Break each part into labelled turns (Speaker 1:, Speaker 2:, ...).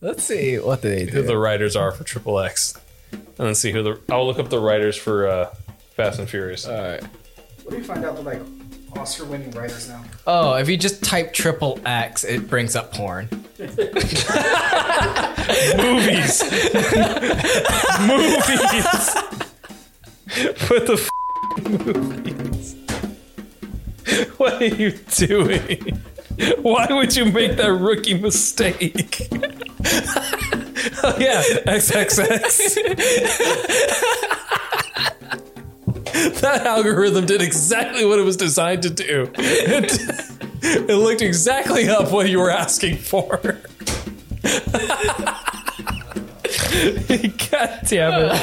Speaker 1: Let's see what they
Speaker 2: who
Speaker 1: do.
Speaker 2: the writers are for Triple X, and then see who the I'll look up the writers for uh, Fast and Furious.
Speaker 1: All right.
Speaker 3: What do you find out with like Oscar winning writers now?
Speaker 1: Oh, if you just type triple X, it brings up porn.
Speaker 2: movies, movies. Put the f- movies. What are you doing? Why would you make that rookie mistake? oh yeah, XXX. that algorithm did exactly what it was designed to do. It, it looked exactly up what you were asking for. god damn it.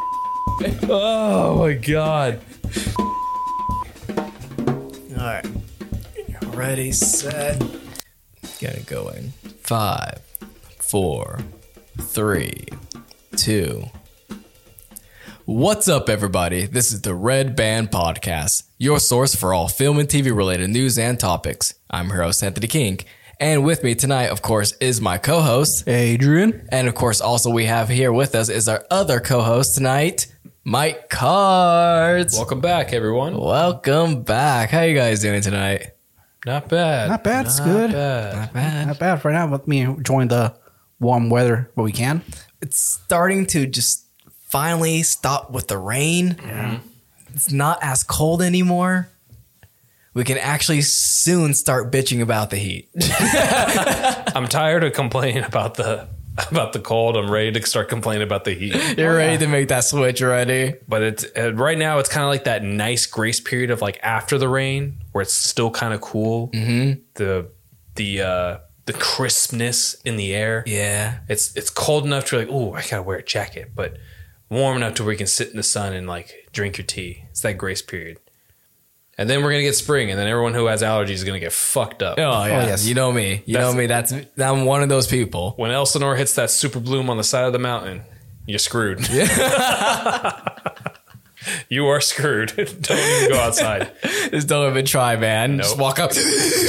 Speaker 2: Oh my god.
Speaker 1: Alright. Ready, set. Gonna go in. Five, four, three, two. What's up, everybody? This is the Red Band Podcast, your source for all film and TV related news and topics. I'm your host, Anthony King. And with me tonight, of course, is my co host, Adrian. And of course, also we have here with us is our other co host tonight, Mike Cards.
Speaker 2: Welcome back, everyone.
Speaker 1: Welcome back. How you guys doing tonight?
Speaker 2: Not bad.
Speaker 3: Not bad. It's good.
Speaker 2: bad.
Speaker 1: Man,
Speaker 3: Not bad for now. Let me enjoy the warm weather where we can.
Speaker 1: it's starting to just finally stop with the rain.
Speaker 2: Mm-hmm.
Speaker 1: It's not as cold anymore. We can actually soon start bitching about the heat.
Speaker 2: I'm tired of complaining about the about the cold. I'm ready to start complaining about the heat.
Speaker 1: You're ready to make that switch already.
Speaker 2: But it's uh, right now. It's kind of like that nice grace period of like after the rain, where it's still kind of cool. Mm-hmm. The the uh, the crispness in the air.
Speaker 1: Yeah.
Speaker 2: It's it's cold enough to like, oh, I gotta wear a jacket, but warm enough to where you can sit in the sun and like drink your tea. It's that grace period. And then we're gonna get spring, and then everyone who has allergies is gonna get fucked up.
Speaker 1: Oh, yeah.
Speaker 3: yes.
Speaker 1: You know me. You
Speaker 2: That's-
Speaker 1: know me. That's I'm one of those people.
Speaker 2: When Elsinore hits that super bloom on the side of the mountain, you're screwed. you are screwed. Don't even go outside,
Speaker 1: Just don't even try, man. Just
Speaker 2: Nope.
Speaker 1: walk up.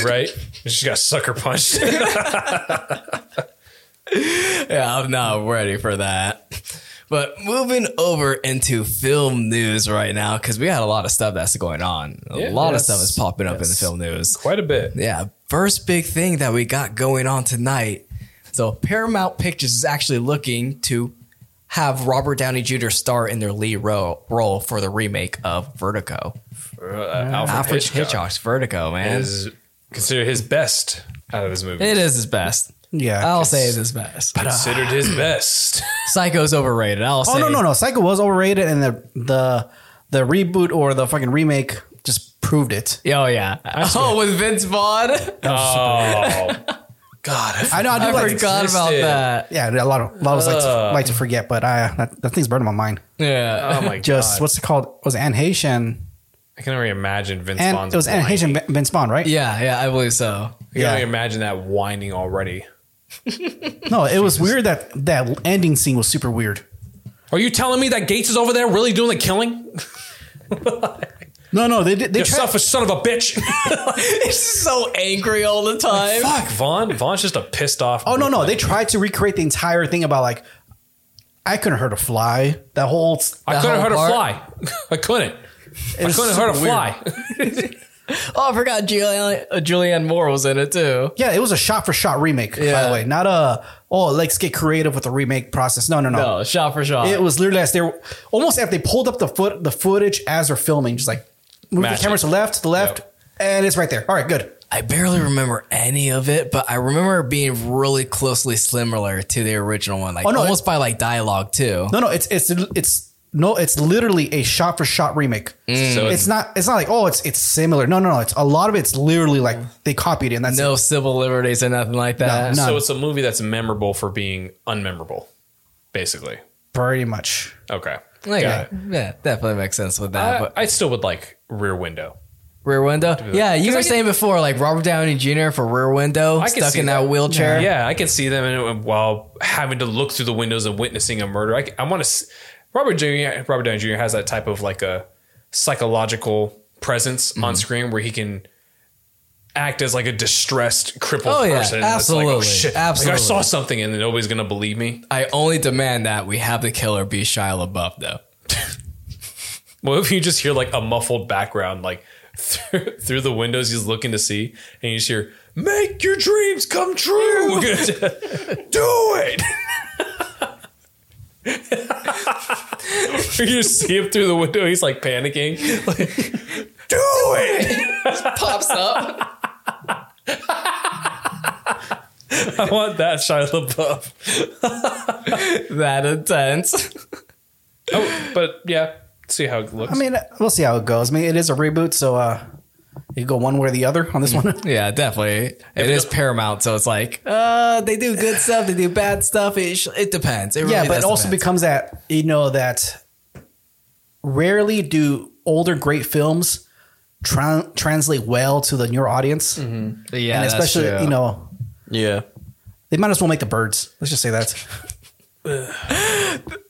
Speaker 2: right? You just got sucker punched.
Speaker 1: Yeah, I'm not ready for that. But moving over into film news right now, because we had a lot of stuff that's going on. A
Speaker 2: Yeah,
Speaker 1: lot
Speaker 2: yes,
Speaker 1: of stuff is popping up in the film news.
Speaker 2: Quite a bit.
Speaker 1: Yeah, first big thing that we got going on tonight. So Paramount Pictures is actually looking to have Robert Downey Jr. star in their lead ro- role for the remake of Vertigo.
Speaker 2: Uh, Alfred,
Speaker 1: Alfred
Speaker 2: Hitchcock,
Speaker 1: Hitchcock's Vertigo, man.
Speaker 2: is considered his best out of his movies.
Speaker 1: It is his best.
Speaker 3: Yeah.
Speaker 1: I'll say it's his best.
Speaker 2: Considered his best.
Speaker 1: Psycho's overrated. I'll
Speaker 3: uh, Oh
Speaker 1: say
Speaker 3: no no no! Psycho was overrated, and the the the reboot or the fucking remake just proved it.
Speaker 1: Oh yeah. Oh, with Vince Vaughn.
Speaker 2: Oh God! I
Speaker 3: I know. I do
Speaker 1: I
Speaker 3: like.
Speaker 1: forgot about
Speaker 2: existed.
Speaker 1: that.
Speaker 3: Yeah, a lot of a lot of us like, to, like to forget, but I that, that thing's burning my mind.
Speaker 1: Yeah.
Speaker 3: Um,
Speaker 2: Oh my
Speaker 3: Just
Speaker 2: god!
Speaker 3: what's it called? Was it Anne Haitian?
Speaker 2: I can only imagine Vince
Speaker 3: And
Speaker 2: Vaughn's.
Speaker 3: it was Anne
Speaker 2: whining.
Speaker 3: Haitian Vince Vaughn, right?
Speaker 1: Yeah, yeah, I believe so.
Speaker 2: I can only
Speaker 3: Yeah.
Speaker 2: imagine that whining already.
Speaker 3: No, it was weird that that ending scene was super weird.
Speaker 2: Are you telling me that Gates is over there really doing the killing?
Speaker 3: No, no, they did. They
Speaker 2: You
Speaker 3: tried,
Speaker 2: selfish son of a bitch.
Speaker 1: He's so angry all the time.
Speaker 2: Fuck, Vaughn. Vaughn's just a pissed off.
Speaker 3: Oh no, no, they tried to recreate the entire thing about like I couldn't hurt a fly. That whole
Speaker 2: I
Speaker 1: That
Speaker 2: couldn't
Speaker 1: whole
Speaker 2: hurt
Speaker 1: part-
Speaker 2: a fly. I couldn't. I couldn't hurt a fly.
Speaker 1: Oh, I forgot Julianne, uh, Julianne Moore was in it too.
Speaker 3: yeah, it was a shot for shot remake. By
Speaker 1: Yeah.
Speaker 3: the way, not a oh let's get creative with the remake process. No, no, no.
Speaker 1: No, shot Oh, for shot.
Speaker 3: It was literally as they were almost after they pulled up the foot the footage as they're filming, just like move
Speaker 2: Match
Speaker 3: the camera
Speaker 2: it.
Speaker 3: to the left, to the left,
Speaker 2: Yep.
Speaker 3: and it's right there. All right, good.
Speaker 1: I barely remember any of it, but I remember it being really closely similar to the original one, like
Speaker 3: Oh, no,
Speaker 1: almost by like dialogue too.
Speaker 3: No, no, it's it's it's no, it's literally a shot for shot remake.
Speaker 2: Mm. So
Speaker 3: It's not. It's not like oh, it's it's similar. No, no, no. It's a lot of it's literally like they copied it. And that's
Speaker 1: No civil liberties or nothing like that.
Speaker 3: no.
Speaker 2: so it's a movie that's memorable for being unmemorable, basically.
Speaker 3: pretty much.
Speaker 2: Okay.
Speaker 1: Like,
Speaker 2: Got it.
Speaker 1: yeah, definitely makes sense with that.
Speaker 2: I,
Speaker 1: but
Speaker 2: I still would like Rear Window.
Speaker 1: Rear Window, yeah, you were saying before, like Robert Downey Jr. for Rear Window,
Speaker 2: I can
Speaker 1: stuck
Speaker 2: see
Speaker 1: in that,
Speaker 2: that.
Speaker 1: wheelchair.
Speaker 2: Yeah, I can see them in, while having to look through the windows and witnessing a murder. I, want to. Robert Jr. Robert Downey Jr. has
Speaker 1: Mm-hmm.
Speaker 2: that type of like a psychological presence on screen where he can act as like a distressed, crippled
Speaker 1: Oh, yeah,
Speaker 2: person. and it's like, oh,
Speaker 1: absolutely,
Speaker 2: shit.
Speaker 1: absolutely.
Speaker 2: Like, I saw something and nobody's gonna believe me.
Speaker 1: I only demand that we have the killer be Shia LaBeouf, though.
Speaker 2: What if you just hear like a muffled background, like through, through the windows he's looking to see, and you just hear, "Make your dreams come true. Do it." you just see him through the window. He's like panicking. Like, do it.
Speaker 1: Pops up.
Speaker 2: I want that Shia LaBeouf.
Speaker 1: that intense.
Speaker 2: Oh, but yeah, see how it looks.
Speaker 3: I mean, we'll see how it goes. I mean, it is a reboot, so uh, you go one way or the other
Speaker 1: Hmm.
Speaker 3: on this one.
Speaker 1: Yeah, definitely. It is Paramount, so it's like, uh, they do good stuff, they do bad stuff. It, sh- it depends. It really
Speaker 3: yeah, but
Speaker 1: does
Speaker 3: it also
Speaker 1: depend.
Speaker 3: becomes that you know that rarely do older great films tran translate well to the newer audience,
Speaker 1: Mm-hmm. yeah,
Speaker 3: and
Speaker 1: that's
Speaker 3: especially
Speaker 1: true.
Speaker 3: you know
Speaker 2: yeah.
Speaker 3: they might as well make the birds. Let's just say that.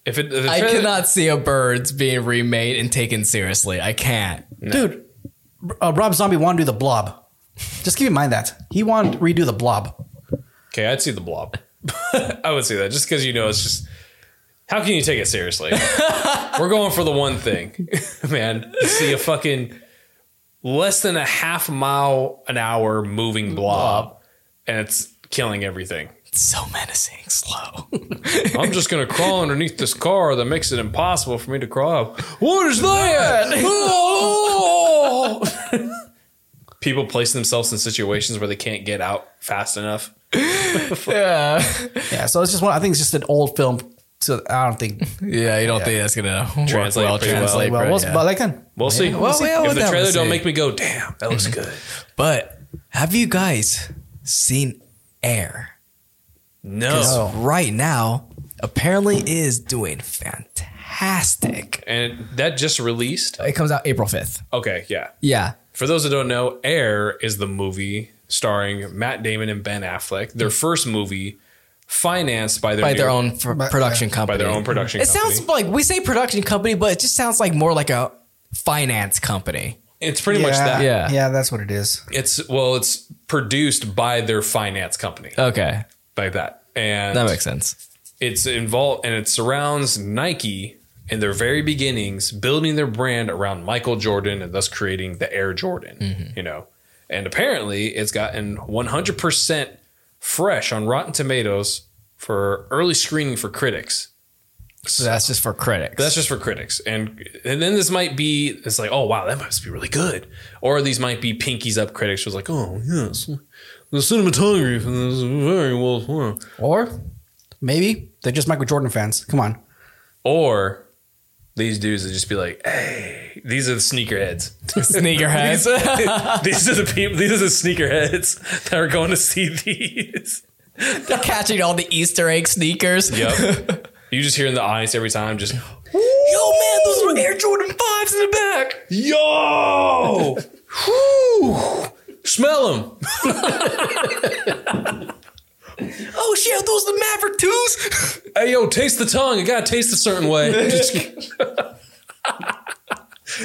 Speaker 2: If it, if the
Speaker 1: I
Speaker 2: trailer-
Speaker 1: cannot see a birds being remade and taken seriously. I can't.
Speaker 3: Dude, uh, Rob Zombie wanted to do the blob. Just keep in mind that he wanted to redo the blob.
Speaker 2: Okay, I'd see the blob. I would see that just because you know it's just. How can you take it seriously? We're going for the one thing, man. You see a fucking less than a half mile an hour moving blob, and it's killing everything.
Speaker 1: It's so menacing, slow.
Speaker 2: I'm just gonna crawl underneath this car that makes it impossible for me to crawl. Up. What is that? Oh! People place themselves in situations where they can't get out fast enough.
Speaker 1: yeah.
Speaker 3: Yeah, so it's just one. I think it's just an old film. So I don't think.
Speaker 1: Yeah, you don't think that's gonna
Speaker 2: Translate
Speaker 1: translate well,
Speaker 2: pretty well.
Speaker 1: translate
Speaker 3: well,
Speaker 1: well.
Speaker 3: we'll, but again,
Speaker 2: We'll see.
Speaker 1: Well, yeah,
Speaker 2: if
Speaker 1: we'll
Speaker 2: the trailer
Speaker 1: definitely
Speaker 2: don't
Speaker 1: see.
Speaker 2: make me go, damn, that looks
Speaker 1: Mm-hmm.
Speaker 2: good.
Speaker 1: But have you guys seen Air?
Speaker 2: No.
Speaker 3: Oh.
Speaker 1: Right now, apparently is doing fantastic.
Speaker 2: And that just released.
Speaker 1: It comes out April fifth.
Speaker 2: Okay, yeah.
Speaker 1: Yeah.
Speaker 2: For those that don't know, Air is the movie starring Matt Damon and Ben Affleck. Their first movie, financed by their
Speaker 1: Hmm. By their
Speaker 2: new-
Speaker 1: own fr- production company.
Speaker 2: by their own production.
Speaker 1: It
Speaker 2: company.
Speaker 1: sounds like we say production company, but it just sounds like more like a finance company.
Speaker 2: It's pretty much that.
Speaker 1: Yeah.
Speaker 3: yeah, that's what it is.
Speaker 2: It's well, it's produced by their finance company,
Speaker 1: Okay,
Speaker 2: like that. And
Speaker 1: that makes sense.
Speaker 2: it's involved and it surrounds Nike in their very beginnings, building their brand around Michael Jordan and thus creating the Air Jordan,
Speaker 1: Mm-hmm.
Speaker 2: you know. And apparently it's gotten 100% fresh on Rotten Tomatoes for early screening for critics.
Speaker 1: So that's just for critics.
Speaker 2: That's just for critics. And and then this might be it's like, oh wow, that must be really good. Or these might be pinkies up critics who's like, oh yes, the cinematography is very well. done."
Speaker 3: Or maybe they're just Michael Jordan fans. Come on.
Speaker 2: Or these dudes would just be like, hey, these are the sneakerheads.
Speaker 1: sneakerheads.
Speaker 2: these are the people, these are the sneakerheads that are going to see these.
Speaker 1: They're catching all the Easter egg sneakers.
Speaker 2: Yep. you just hear in the audience every time, just,
Speaker 1: Yo, man, those were Air Jordan 5s in the back.
Speaker 2: yo, whoo, smell them.
Speaker 1: Oh, shit, those the Maverick 2s?
Speaker 2: Hey, yo, taste the tongue. It got to taste a certain way. Just-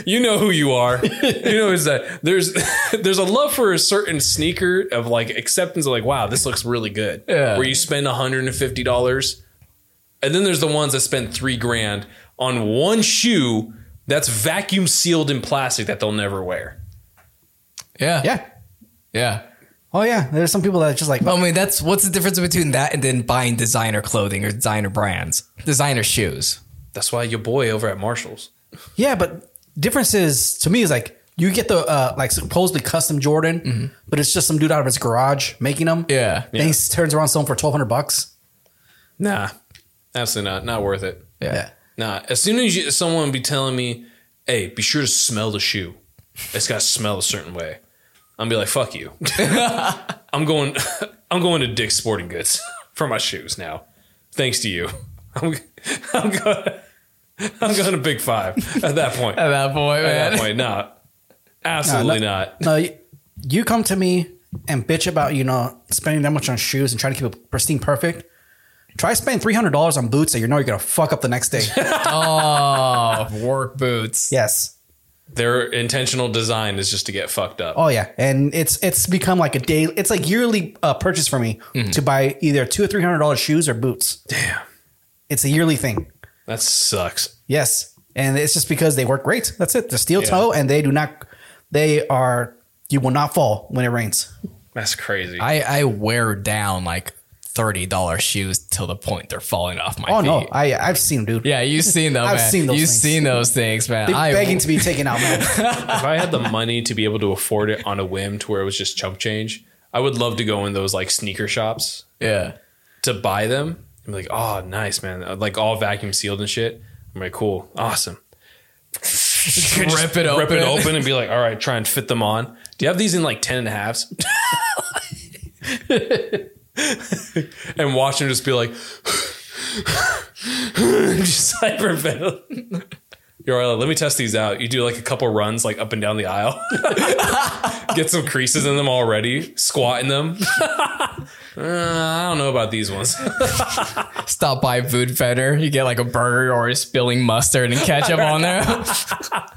Speaker 2: you know who you are. You know is that there's there's a love for a certain sneaker of like acceptance of like wow this looks really good.
Speaker 1: Yeah.
Speaker 2: Where you spend one hundred and fifty dollars, and then there's the ones that spend three grand on one shoe that's vacuum sealed in plastic that they'll never wear.
Speaker 1: Yeah.
Speaker 3: Yeah.
Speaker 1: Yeah.
Speaker 3: Oh yeah. There's some people that are just like oh,
Speaker 1: I mean, that's what's the difference between that and then buying designer clothing or designer brands, designer shoes.
Speaker 2: That's why your boy over at Marshalls.
Speaker 3: Yeah, but difference is to me is like you get the uh, like supposedly custom Jordan, but it's just some dude out of his garage making them.
Speaker 1: Mm-hmm. Yeah.
Speaker 3: then he turns around selling for twelve hundred bucks.
Speaker 2: Nah, absolutely not. Not worth it.
Speaker 1: Yeah.
Speaker 2: Nah, as soon as you, someone be telling me, "Hey, be sure to smell the shoe. It's got to smell a certain way," I'm be like, "Fuck you." I'm going. I'm going to Dick's Sporting Goods for my shoes now. Thanks to you, I'm. I'm going. I'm going to Big Five at that point. At
Speaker 1: At that point, man.
Speaker 2: that point, nah, absolutely not.
Speaker 3: No, you, you come to me and bitch about you know spending that much on shoes and trying to keep it pristine perfect. Try spending three hundred dollars on boots that you know you're gonna fuck up the next day.
Speaker 1: Work boots.
Speaker 3: yes.
Speaker 2: Their intentional design is just to get fucked up.
Speaker 3: Oh yeah, and it's it's become like a daily, it's like yearly uh, purchase for me to buy either two or three hundred dollars shoes or boots.
Speaker 2: Damn,
Speaker 3: It's a yearly thing.
Speaker 2: that sucks.
Speaker 3: Yes, and it's just because they work great. That's it. They're steel toe, and they do not. They are. You will not fall when it rains.
Speaker 2: That's crazy.
Speaker 1: I, I wear down like thirty dollar shoes till the point they're falling off my
Speaker 3: Oh
Speaker 1: feet.
Speaker 3: no, I I've seen them, dude.
Speaker 1: Yeah, you've seen those.
Speaker 3: I've
Speaker 1: man.
Speaker 3: seen those
Speaker 1: You've
Speaker 3: things.
Speaker 1: seen those things, man.
Speaker 3: They're
Speaker 1: I
Speaker 3: begging to be taken out, man.
Speaker 2: if I had the money to be able to afford it on a whim to where it was just chump change, I would love to go in those like sneaker shops
Speaker 1: yeah.
Speaker 2: to buy them. I'm like, oh, nice, man. Like all vacuum sealed and shit. I'm like, cool, awesome.
Speaker 1: Rip it
Speaker 2: Rip
Speaker 1: open.
Speaker 2: it open and be like, all right, try and fit them on. Do you have these in like 10 and a halves? and watch them just be like, just hyperventilate. You're all like, let me test these out. You do like a couple runs, like up and down the aisle, get some creases in them already, squat in them. Uh, I don't know about these ones.
Speaker 1: Stop by food vendor. You get like a burger or a spilling mustard and ketchup on there.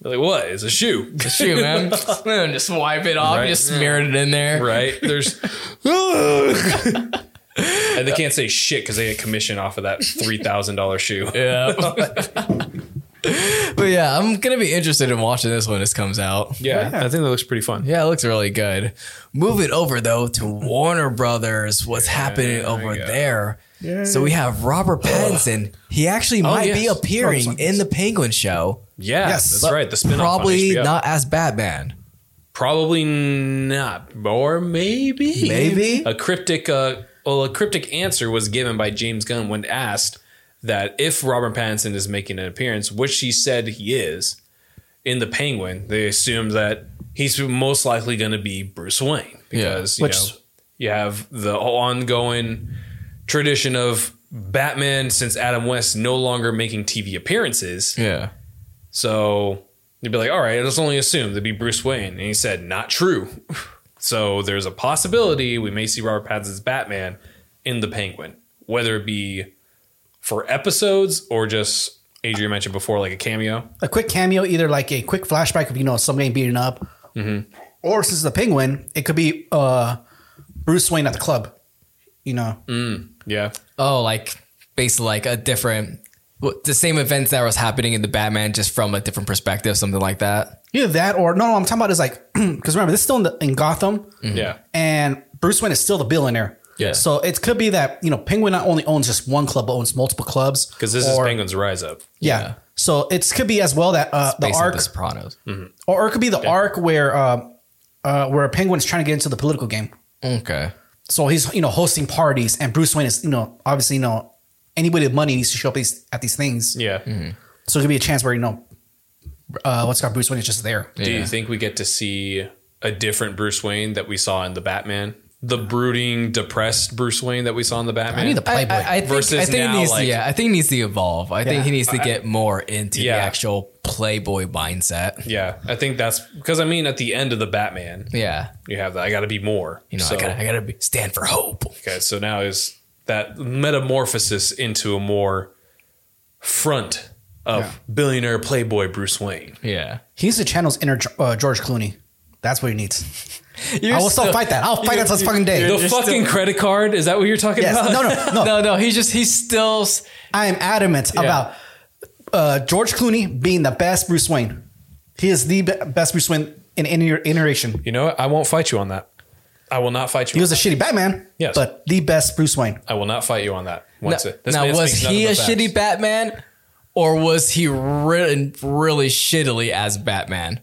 Speaker 2: They're like, what? It's a shoe,
Speaker 1: Shoot, man. And just wipe it off.
Speaker 2: Right.
Speaker 1: Just smear it in there.
Speaker 2: right? There's, and they can't say shit because they get commission off of that three thousand dollar shoe.
Speaker 1: Yeah. but yeah, I'm gonna be interested in watching this when this comes out.
Speaker 2: Yeah, I think that looks pretty fun.
Speaker 1: Yeah, it looks really good. Move it over though to Warner Brothers. What's happening over
Speaker 2: yeah.
Speaker 1: there? So we have Robert Pattinson. He actually might be
Speaker 2: Oh, yes.
Speaker 1: appearing in the Penguin show.
Speaker 2: Yeah,
Speaker 3: Yes.
Speaker 2: that's
Speaker 3: But
Speaker 2: right. The spin
Speaker 1: Probably not as Batman.
Speaker 2: Probably not, or maybe
Speaker 1: Maybe?
Speaker 2: a cryptic. Uh, well, a cryptic answer was given by James Gunn when asked that if Robert Pattinson is making an appearance, which he said he is in the Penguin, they assume that he's most likely going to be Bruce Wayne because you
Speaker 3: Which-
Speaker 2: know you have the ongoing tradition of Batman since Adam West no longer making TV appearances.
Speaker 1: Yeah.
Speaker 2: So you'd be like, all right, let's only assume that'd be Bruce Wayne. And he said, not true. So there's a possibility we may see Robert Pattinson's Batman in the Penguin, whether it be for episodes or just Adrian mentioned before, like a cameo.
Speaker 3: a quick cameo, either like a quick flashback of you know somebody beating up, or since the penguin, it could be uh Bruce Wayne at the club. You know,
Speaker 2: Yeah.
Speaker 1: Oh, like basically like a different, well, the same events that was happening in the Batman, just from a different perspective, something like that.
Speaker 3: either that or no, no I'm talking about is like because remember this is still in, the, in Gotham,
Speaker 2: Yeah.
Speaker 3: and Bruce Wayne is still the billionaire.
Speaker 2: Mm-hmm. Yeah.
Speaker 3: So it could be that you know Penguin not only owns just one club but owns multiple clubs.
Speaker 2: Because this is
Speaker 3: Or-
Speaker 2: Penguin's Rise Up.
Speaker 3: Yeah.
Speaker 1: Yeah.
Speaker 3: So it could be as well that uh, the
Speaker 1: Based on
Speaker 3: arc,
Speaker 1: the Sopranos.
Speaker 2: Hmm.
Speaker 3: or, or it could be the arc where uh, uh, where Penguin's trying to get into the political game.
Speaker 1: Okay.
Speaker 3: So he's you know hosting parties, and Bruce Wayne is you know obviously you know anybody with money needs to show up these, at these things.
Speaker 2: Yeah.
Speaker 3: So it could be a chance where you know uh, what's got Bruce Wayne is just there.
Speaker 2: Do you think we get to see a different Bruce Wayne that we saw in the Batman? The brooding, depressed Bruce Wayne that we saw in the Batman?
Speaker 3: need the Playboy
Speaker 1: I, I, I think,
Speaker 2: Versus
Speaker 1: I think
Speaker 2: now,
Speaker 1: it needs
Speaker 2: like-
Speaker 1: to, yeah, I think it needs to evolve. I think he needs to get more into
Speaker 2: Yeah.
Speaker 1: the actual playboy mindset.
Speaker 2: yeah. I think that's because I mean, at the end of the Batman,
Speaker 1: Yeah,
Speaker 2: you have that. I got to be more.
Speaker 1: you know, I gotta, I gotta be, stand for hope.
Speaker 2: Okay, so now is that metamorphosis into a more front of billionaire playboy Bruce Wayne?
Speaker 1: Yeah,
Speaker 3: He needs to channel his inner uh, George Clooney. That's what he needs.
Speaker 1: You're
Speaker 3: I will still, fight that. I'll fight that till this fucking day.
Speaker 2: The fucking credit card is that what you're talking
Speaker 3: Yes.
Speaker 2: about?
Speaker 3: No, no, no.
Speaker 1: No, no, he's just he's still. s-
Speaker 3: I am adamant about uh, George Clooney being the best Bruce Wayne. He is the be- best Bruce Wayne in any iteration.
Speaker 2: You know what? I won't fight you on that. I will not fight you.
Speaker 3: He
Speaker 2: on
Speaker 3: was a shitty Batman,
Speaker 2: Yes.
Speaker 3: but the best Bruce Wayne.
Speaker 2: I will not fight you on that. Once
Speaker 1: Now,
Speaker 2: it- this
Speaker 1: now,
Speaker 2: man
Speaker 1: was
Speaker 2: speaks none of
Speaker 1: he
Speaker 2: the
Speaker 1: a
Speaker 2: facts.
Speaker 1: shitty Batman, or was he written really shittily as Batman?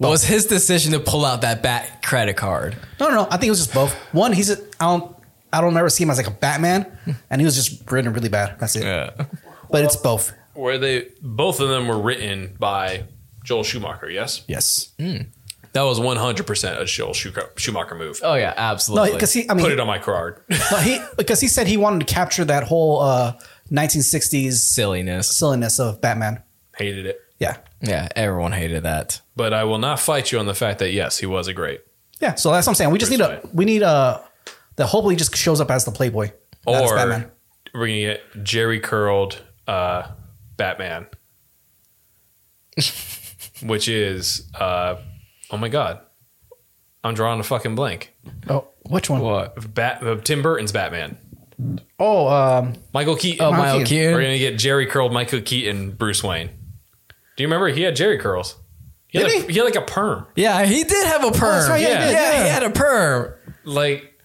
Speaker 1: Was his decision to pull out that bat credit card?
Speaker 3: No, no, no. I think it was just both. One, he's a, I don't I don't ever see him as like a Batman,
Speaker 2: Hmm.
Speaker 3: and he was just written really bad. That's it. But it's both.
Speaker 2: Where they both of them were written by Joel Schumacher? Yes,
Speaker 3: Yes.
Speaker 2: Hmm. that was 100 percent a Joel Schu- Schumacher move.
Speaker 1: Oh yeah,
Speaker 3: No,
Speaker 1: absolutely.
Speaker 3: because he. uh, I mean,
Speaker 2: Put it on my card.
Speaker 3: no, he because he said he wanted to capture that whole uh, 1960s
Speaker 1: silliness.
Speaker 3: silliness of Batman.
Speaker 2: Hated it.
Speaker 3: Yeah.
Speaker 1: Yeah, everyone hated that.
Speaker 2: But I will not fight you on the fact that yes, he was a great.
Speaker 3: Yeah. So that's what I'm saying. We just
Speaker 2: Bruce
Speaker 3: need a we need a that hopefully just shows up as the Playboy. not as
Speaker 2: or
Speaker 3: Batman.
Speaker 2: we're gonna get Jerry curled uh, Batman. which is, uh, oh my god, I'm drawing a fucking blank.
Speaker 3: Oh, which one?
Speaker 1: What?
Speaker 2: Bat, uh, Tim Burton's Batman.
Speaker 3: Oh, um,
Speaker 2: Michael Keaton.
Speaker 1: Oh,
Speaker 3: Miles
Speaker 1: Miles
Speaker 3: Keaton.
Speaker 2: We're
Speaker 1: Keaton.
Speaker 2: gonna get Jerry curled Michael Keaton, Bruce Wayne. Do you remember he had Jerry curls? He had,
Speaker 3: Did
Speaker 2: like, he had like a perm.
Speaker 1: Yeah, he did have a perm.
Speaker 3: Oh, that's right,
Speaker 1: yeah,
Speaker 3: yeah,
Speaker 2: yeah,
Speaker 1: he had a perm.
Speaker 2: Like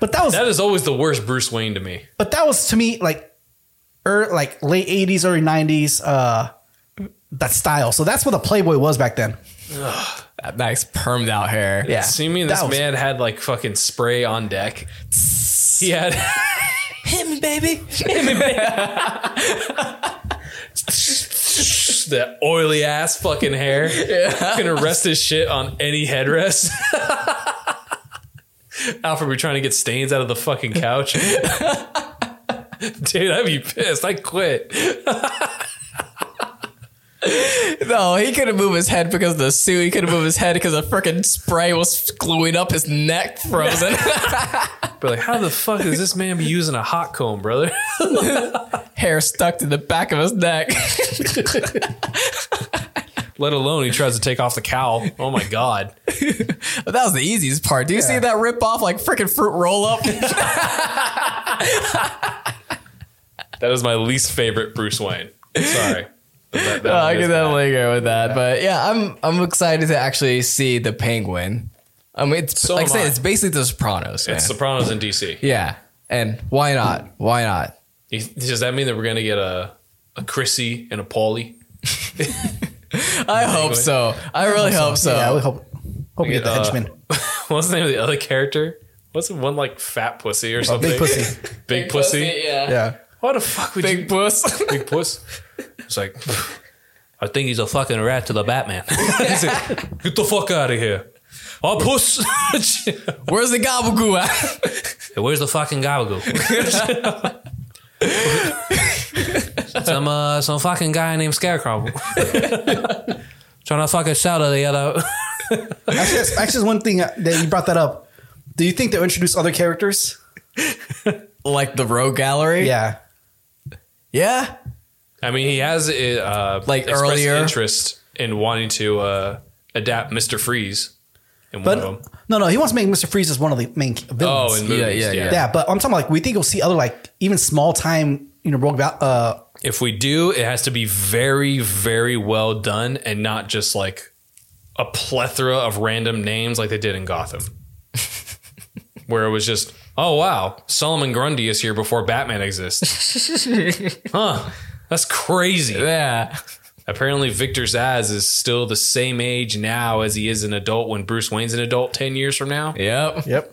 Speaker 3: but that was
Speaker 2: that is always the worst Bruce Wayne to me.
Speaker 3: but that was to me like er, like late 80s early 90s uh that style so that's what the playboy was back then
Speaker 1: That nice permed out hair.
Speaker 3: Yeah.
Speaker 2: See me, this
Speaker 3: That was-
Speaker 2: man had like fucking spray on deck. He had
Speaker 1: Hit me, baby.
Speaker 2: that oily ass fucking hair. Yeah. Gonna rest his shit on any headrest. Alfred, we're trying to get stains out of the fucking couch. Dude, I'd be pissed. I quit.
Speaker 1: No, he couldn't move his head because of the suit. He couldn't move his head because the freaking spray was gluing up his neck frozen.
Speaker 2: But like, how the fuck does this man be using a hot comb, brother?
Speaker 1: hair stuck to the back of his neck.
Speaker 2: Let alone he tries to take off the cowl. Oh my god.
Speaker 1: But that was the easiest part. Do you see that rip off like freaking fruit roll up? Oh,
Speaker 2: That is my least favorite Bruce Wayne. Sorry. But that- that
Speaker 1: I'll
Speaker 2: one
Speaker 1: get
Speaker 2: is-
Speaker 1: that later with that. But yeah, I'm I'm excited to actually see the penguin. I mean, it's
Speaker 2: So
Speaker 1: like I
Speaker 2: am
Speaker 1: said,
Speaker 2: I.
Speaker 1: it's basically the Sopranos. Man.
Speaker 2: It's Sopranos in DC.
Speaker 1: yeah, and why not? Why not?
Speaker 2: You- Does that mean that we're gonna get a a Chrissy and a Paulie?
Speaker 1: I hope so. I really hope so.
Speaker 3: yeah we hope hope we get the
Speaker 2: uh,
Speaker 3: henchman
Speaker 2: What's the name of the other character? What's the one like fat pussy or something?
Speaker 3: big pussy
Speaker 2: Big, pussy.
Speaker 1: Yeah.
Speaker 3: yeah
Speaker 2: Why the fuck would
Speaker 1: Big
Speaker 2: you
Speaker 1: puss.
Speaker 2: big puss? It's like I think he's a fucking rat to the Batman. He's like, get the fuck out of here. Oh puss
Speaker 1: Where's the gabagoo at?
Speaker 2: Hey, Where's the fucking gabagool? some uh, some fucking guy named Scarecrow trying to fucking shout at the other.
Speaker 3: actually that's, actually that's one thing that you brought that up do you think they'll introduce other characters
Speaker 1: like the rogue
Speaker 2: Eh,
Speaker 1: gallery?
Speaker 3: yeah
Speaker 1: Yeah.
Speaker 2: I mean, he has uh,
Speaker 1: Like
Speaker 2: expressed
Speaker 1: earlier?
Speaker 2: interest in wanting to uh, adapt Mister Freeze in one
Speaker 3: but
Speaker 2: of them.
Speaker 3: no no he wants to make mr freeze as one of the main
Speaker 2: Oh,
Speaker 3: villains
Speaker 2: in
Speaker 3: oh,
Speaker 2: movies,
Speaker 1: Yeah, yeah,
Speaker 2: yeah,
Speaker 1: yeah.
Speaker 3: yeah but i'm talking like we think we'll see other like even small time you know rogue val- uh
Speaker 2: If we do, it has to be very, very well done and not just like a plethora of random names like they did in Gotham, where it was just, oh wow, Solomon Grundy is here before Batman exists. huh? That's crazy.
Speaker 1: Yeah.
Speaker 2: Apparently, Victor Zaz is still the same age now as he is an adult when Bruce Wayne's an adult ten years from now.
Speaker 1: Yep.
Speaker 3: yep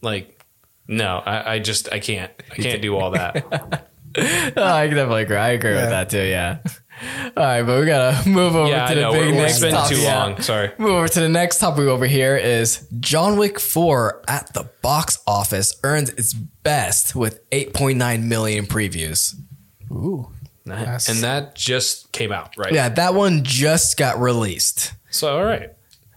Speaker 2: Like, no, I, I just I can't I can't do all that.
Speaker 1: Oh, I can definitely agree. I agree with
Speaker 3: Yeah.
Speaker 1: that too. Yeah. All right, but we gotta move over
Speaker 2: yeah,
Speaker 1: to
Speaker 2: I
Speaker 1: the
Speaker 2: know.
Speaker 1: big
Speaker 2: We're, we're
Speaker 1: next
Speaker 2: spending
Speaker 1: topic.
Speaker 2: too
Speaker 1: Yeah.
Speaker 2: long. Sorry.
Speaker 1: Move over to the next topic over here is John Wick 4 at the box office earns its best with 8.9 million previews.
Speaker 3: ooh
Speaker 2: Nice. And that just came out, right?
Speaker 1: Yeah, that one just got released.
Speaker 2: So all right.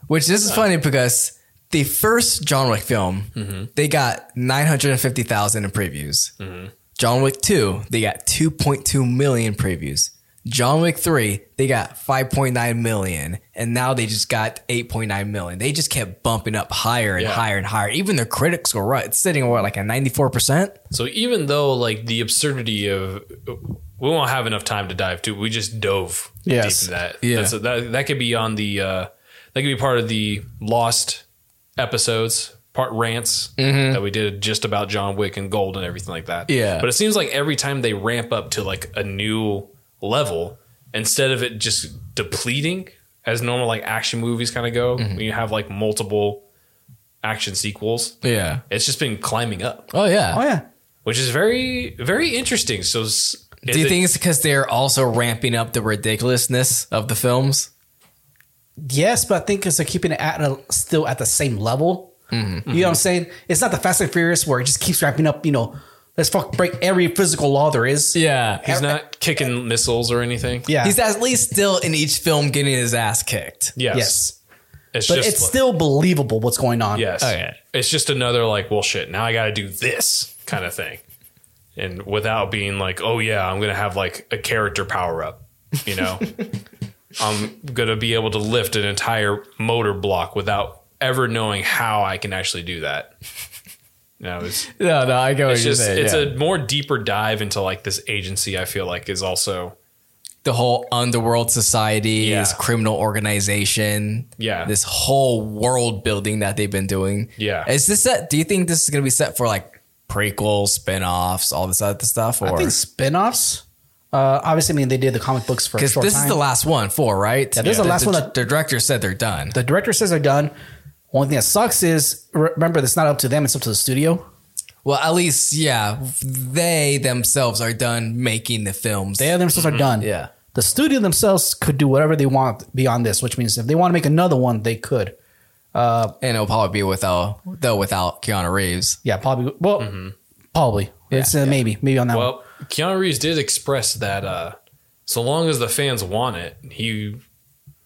Speaker 1: Which this is funny because the first John Wick film,
Speaker 2: Mm-hmm.
Speaker 1: they got 950,000 in previews.
Speaker 2: Mm-hmm.
Speaker 1: John Wick 2, they got 2.2 million previews. John Wick 3, they got 5.9 million. And now they just got 8.9 million. They just kept bumping up higher and
Speaker 2: Yeah.
Speaker 1: higher and higher. Even their critics were right. It's sitting at what, like a 94%?
Speaker 2: So even though like the absurdity of we won't have enough time to dive to, we just dove
Speaker 3: Yes.
Speaker 2: deep into that.
Speaker 1: Yeah.
Speaker 2: That's- that that could be on the uh, that could be part of the lost episodes part rants that we did just about John Wick and Gold and everything like that.
Speaker 1: Mm-hmm. Yeah.
Speaker 2: But it seems like every time they ramp up to like a new level, instead of it just depleting as normal like action movies kind of go,
Speaker 1: Mm-hmm.
Speaker 2: when you have like multiple action sequels,
Speaker 1: Yeah.
Speaker 2: it's just been climbing up
Speaker 1: Oh, yeah.
Speaker 3: oh yeah
Speaker 2: which is very very interesting. So s-
Speaker 1: Do you
Speaker 2: is it-
Speaker 1: think it's because they're also ramping up the ridiculousness of the films?
Speaker 3: Yes, but I think because they're keeping it at a, still at the same level. You know what I'm saying? It's not the Fast and Furious where it just keeps ramping up. You know, let's fuck break every physical law there is.
Speaker 1: Yeah.
Speaker 2: he's not kicking missiles or anything?
Speaker 3: yeah.
Speaker 1: He's at least still in each film getting his ass kicked.
Speaker 2: Yes.
Speaker 3: yes,
Speaker 2: It's
Speaker 3: but
Speaker 2: just
Speaker 3: it's
Speaker 2: like-
Speaker 3: still believable what's going on.
Speaker 2: yes.
Speaker 1: Okay.
Speaker 2: It's just another like, well, shit. Now I got to do this kind of thing, and without being like, oh yeah, I'm gonna have like a character power up. You know, I'm going to be able to lift an entire motor block without ever knowing how I can actually do that. No, it's,
Speaker 1: No, no, I get what
Speaker 2: it's
Speaker 1: you're
Speaker 2: just
Speaker 1: saying.
Speaker 2: it's
Speaker 1: yeah.
Speaker 2: a more deeper dive into like this agency. I feel like is also
Speaker 1: the whole underworld society,
Speaker 2: Yeah.
Speaker 1: this criminal organization,
Speaker 2: Yeah.
Speaker 1: this whole world building that they've been doing.
Speaker 2: Yeah.
Speaker 1: is this set? Do you think this is going to be set for like prequels, spin-offs, all this other stuff?
Speaker 3: I
Speaker 1: Or
Speaker 3: think spin-offs. Uh, obviously, I mean they did the comic books for a
Speaker 1: because
Speaker 3: short
Speaker 1: this
Speaker 3: time.
Speaker 1: is the last one, four, right? Yeah,
Speaker 3: this is the last one that-
Speaker 1: the director said they're done.
Speaker 3: the director says they're done. Only thing that sucks is re- remember that's not up to them; it's up to the studio.
Speaker 1: well, at least yeah, they themselves are done making the films.
Speaker 3: They themselves
Speaker 2: Mm-hmm.
Speaker 3: are done.
Speaker 1: Yeah.
Speaker 3: the studio themselves could do whatever they want beyond this, which means if they want to make another one, they could.
Speaker 1: and it'll probably be without though without Keanu Reeves.
Speaker 3: Yeah, probably. Well, probably. it's a maybe, maybe on that one.
Speaker 2: Mm-hmm. well. Keanu Reeves did express that uh, so long as the fans want it, he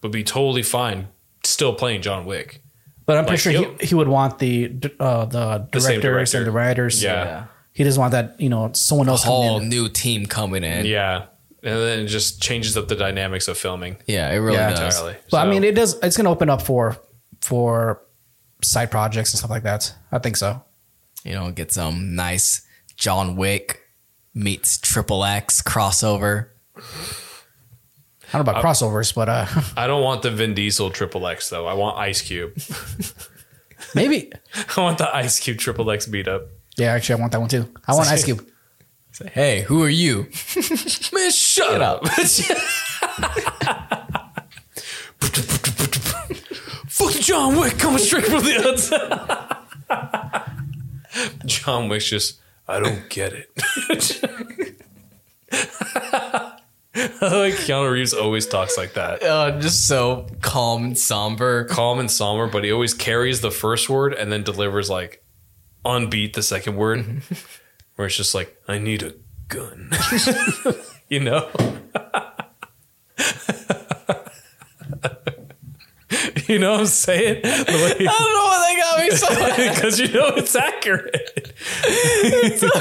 Speaker 2: would be totally fine still playing John Wick.
Speaker 3: But I'm
Speaker 2: like,
Speaker 3: pretty sure
Speaker 2: yo-
Speaker 3: he, he would want the uh, the directors
Speaker 2: same
Speaker 3: and
Speaker 2: director.
Speaker 3: the writers.
Speaker 2: Yeah.
Speaker 3: he doesn't want that. You know, someone else. coming
Speaker 1: Whole
Speaker 3: in.
Speaker 1: new team coming in. Yeah,
Speaker 2: Yeah, and then it just changes up the dynamics of filming
Speaker 1: it really
Speaker 3: Yeah,
Speaker 1: does.
Speaker 2: entirely.
Speaker 3: But
Speaker 2: So-
Speaker 3: I mean, it does. It's going to open up for for side projects and stuff like that. I think so.
Speaker 1: you know, get some nice John Wick meets Triple X crossover.
Speaker 3: I don't know about crossovers, but uh,
Speaker 2: I don't want the Vin Diesel triple X though. I want Ice Cube.
Speaker 3: maybe.
Speaker 2: I want the Ice Cube triple X beat-up.
Speaker 3: Yeah, actually, I want that one too. I want Ice Cube.
Speaker 1: Say, hey, who are you? Man, shut up.
Speaker 2: Fuck John Wick coming straight from the outside. John Wick's just, I don't get it. I like Keanu Reeves always talks like that.
Speaker 1: Uh, just so calm and somber.
Speaker 2: Calm and somber, but he always carries the first word and then delivers like unbeat the second word, where it's just like, I need a gun. you know? you know what I'm saying? The way-
Speaker 1: I don't know why they got me so
Speaker 2: because you know it's accurate.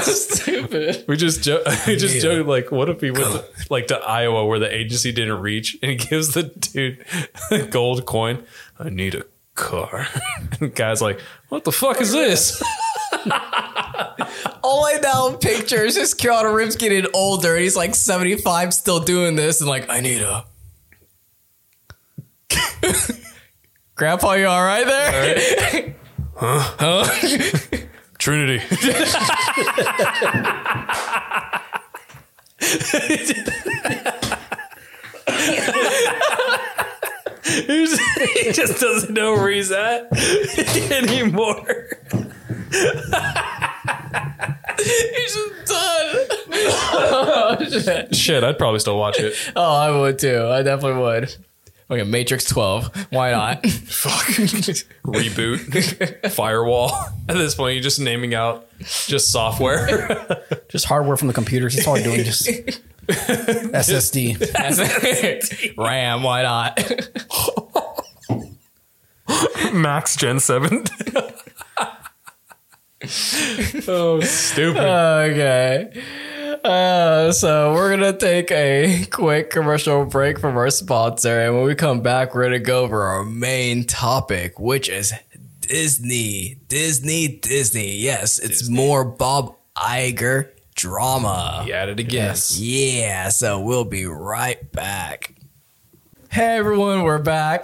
Speaker 1: stupid.
Speaker 2: We just jo- we just
Speaker 1: Yeah.
Speaker 2: joked like, what if he went to, like to Iowa where the agency didn't reach and he gives the dude a gold coin? I need a car. And the guy's like, what the fuck is this?
Speaker 1: All I now picture is just Keanu Reeves getting older and he's like 75 still doing this and like, I need a. Grandpa, you all right there?
Speaker 2: Trinity. He's- he just doesn't know where he's at anymore.
Speaker 1: He's just done.
Speaker 2: Shit, I'd probably still watch it.
Speaker 1: Oh, I would too. I definitely would. Okay, Matrix 12. Why not?
Speaker 2: Fuck. Reboot. Firewall. At this point, you're just naming out just software.
Speaker 3: Just hardware from the computers. That's all I'm doing. Just SSD.
Speaker 1: RAM, why not?
Speaker 2: Max Gen 7. oh, stupid.
Speaker 1: okay. Uh, so we're gonna take a quick commercial break from our sponsor, and when we come back, we're gonna go over our main topic, which is Disney, Disney, Disney. Yes, it's more Bob Iger drama.
Speaker 2: you added a guess.
Speaker 1: Yeah, so we'll be right back. Hey everyone, we're back.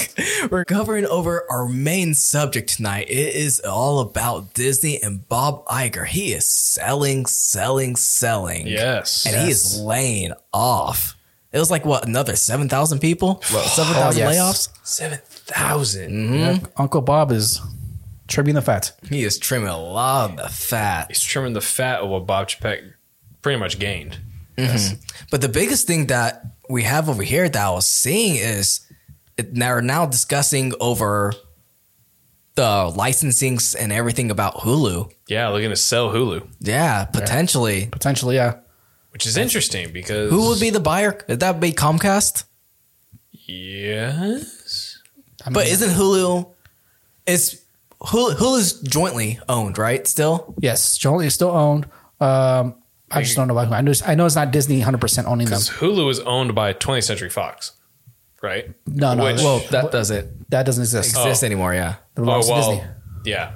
Speaker 1: we're covering over our main subject tonight. It is all about Disney and Bob Iger. He is selling, selling, selling.
Speaker 2: Yes.
Speaker 1: And he is laying off. It was like what, another 7,000 people? What, 7,000
Speaker 3: yes.
Speaker 1: layoffs?
Speaker 2: 7,000.
Speaker 3: Uncle Bob is trimming the fat.
Speaker 1: He is trimming a lot of the fat.
Speaker 2: He's trimming the fat of what Bob Chapek pretty much gained.
Speaker 1: But the biggest thing that we have over here that I was seeing is it- they're now discussing over the licensing and everything about Hulu.
Speaker 2: Yeah, looking to sell Hulu,
Speaker 1: Yeah, potentially.
Speaker 3: Potentially, yeah.
Speaker 2: which is interesting because.
Speaker 1: Who would be the buyer? Would that be Comcast?
Speaker 2: Yes.
Speaker 3: I mean,
Speaker 2: Mm-hmm.
Speaker 1: But isn't Hulu? It's Hulu, Hulu's jointly owned, right? Still,
Speaker 3: yes, Joel is still owned. Um, I just don't know about who. I know. I know it's not Disney 100 percent owning them.
Speaker 2: Hulu is owned by 20th Century Fox. right?
Speaker 3: No, no,
Speaker 2: Which,
Speaker 1: Well, that doesn't
Speaker 3: That doesn't exist.
Speaker 1: exist anymore. Yeah.
Speaker 3: It
Speaker 2: oh,
Speaker 3: belongs to
Speaker 2: well,
Speaker 3: Disney.
Speaker 2: yeah.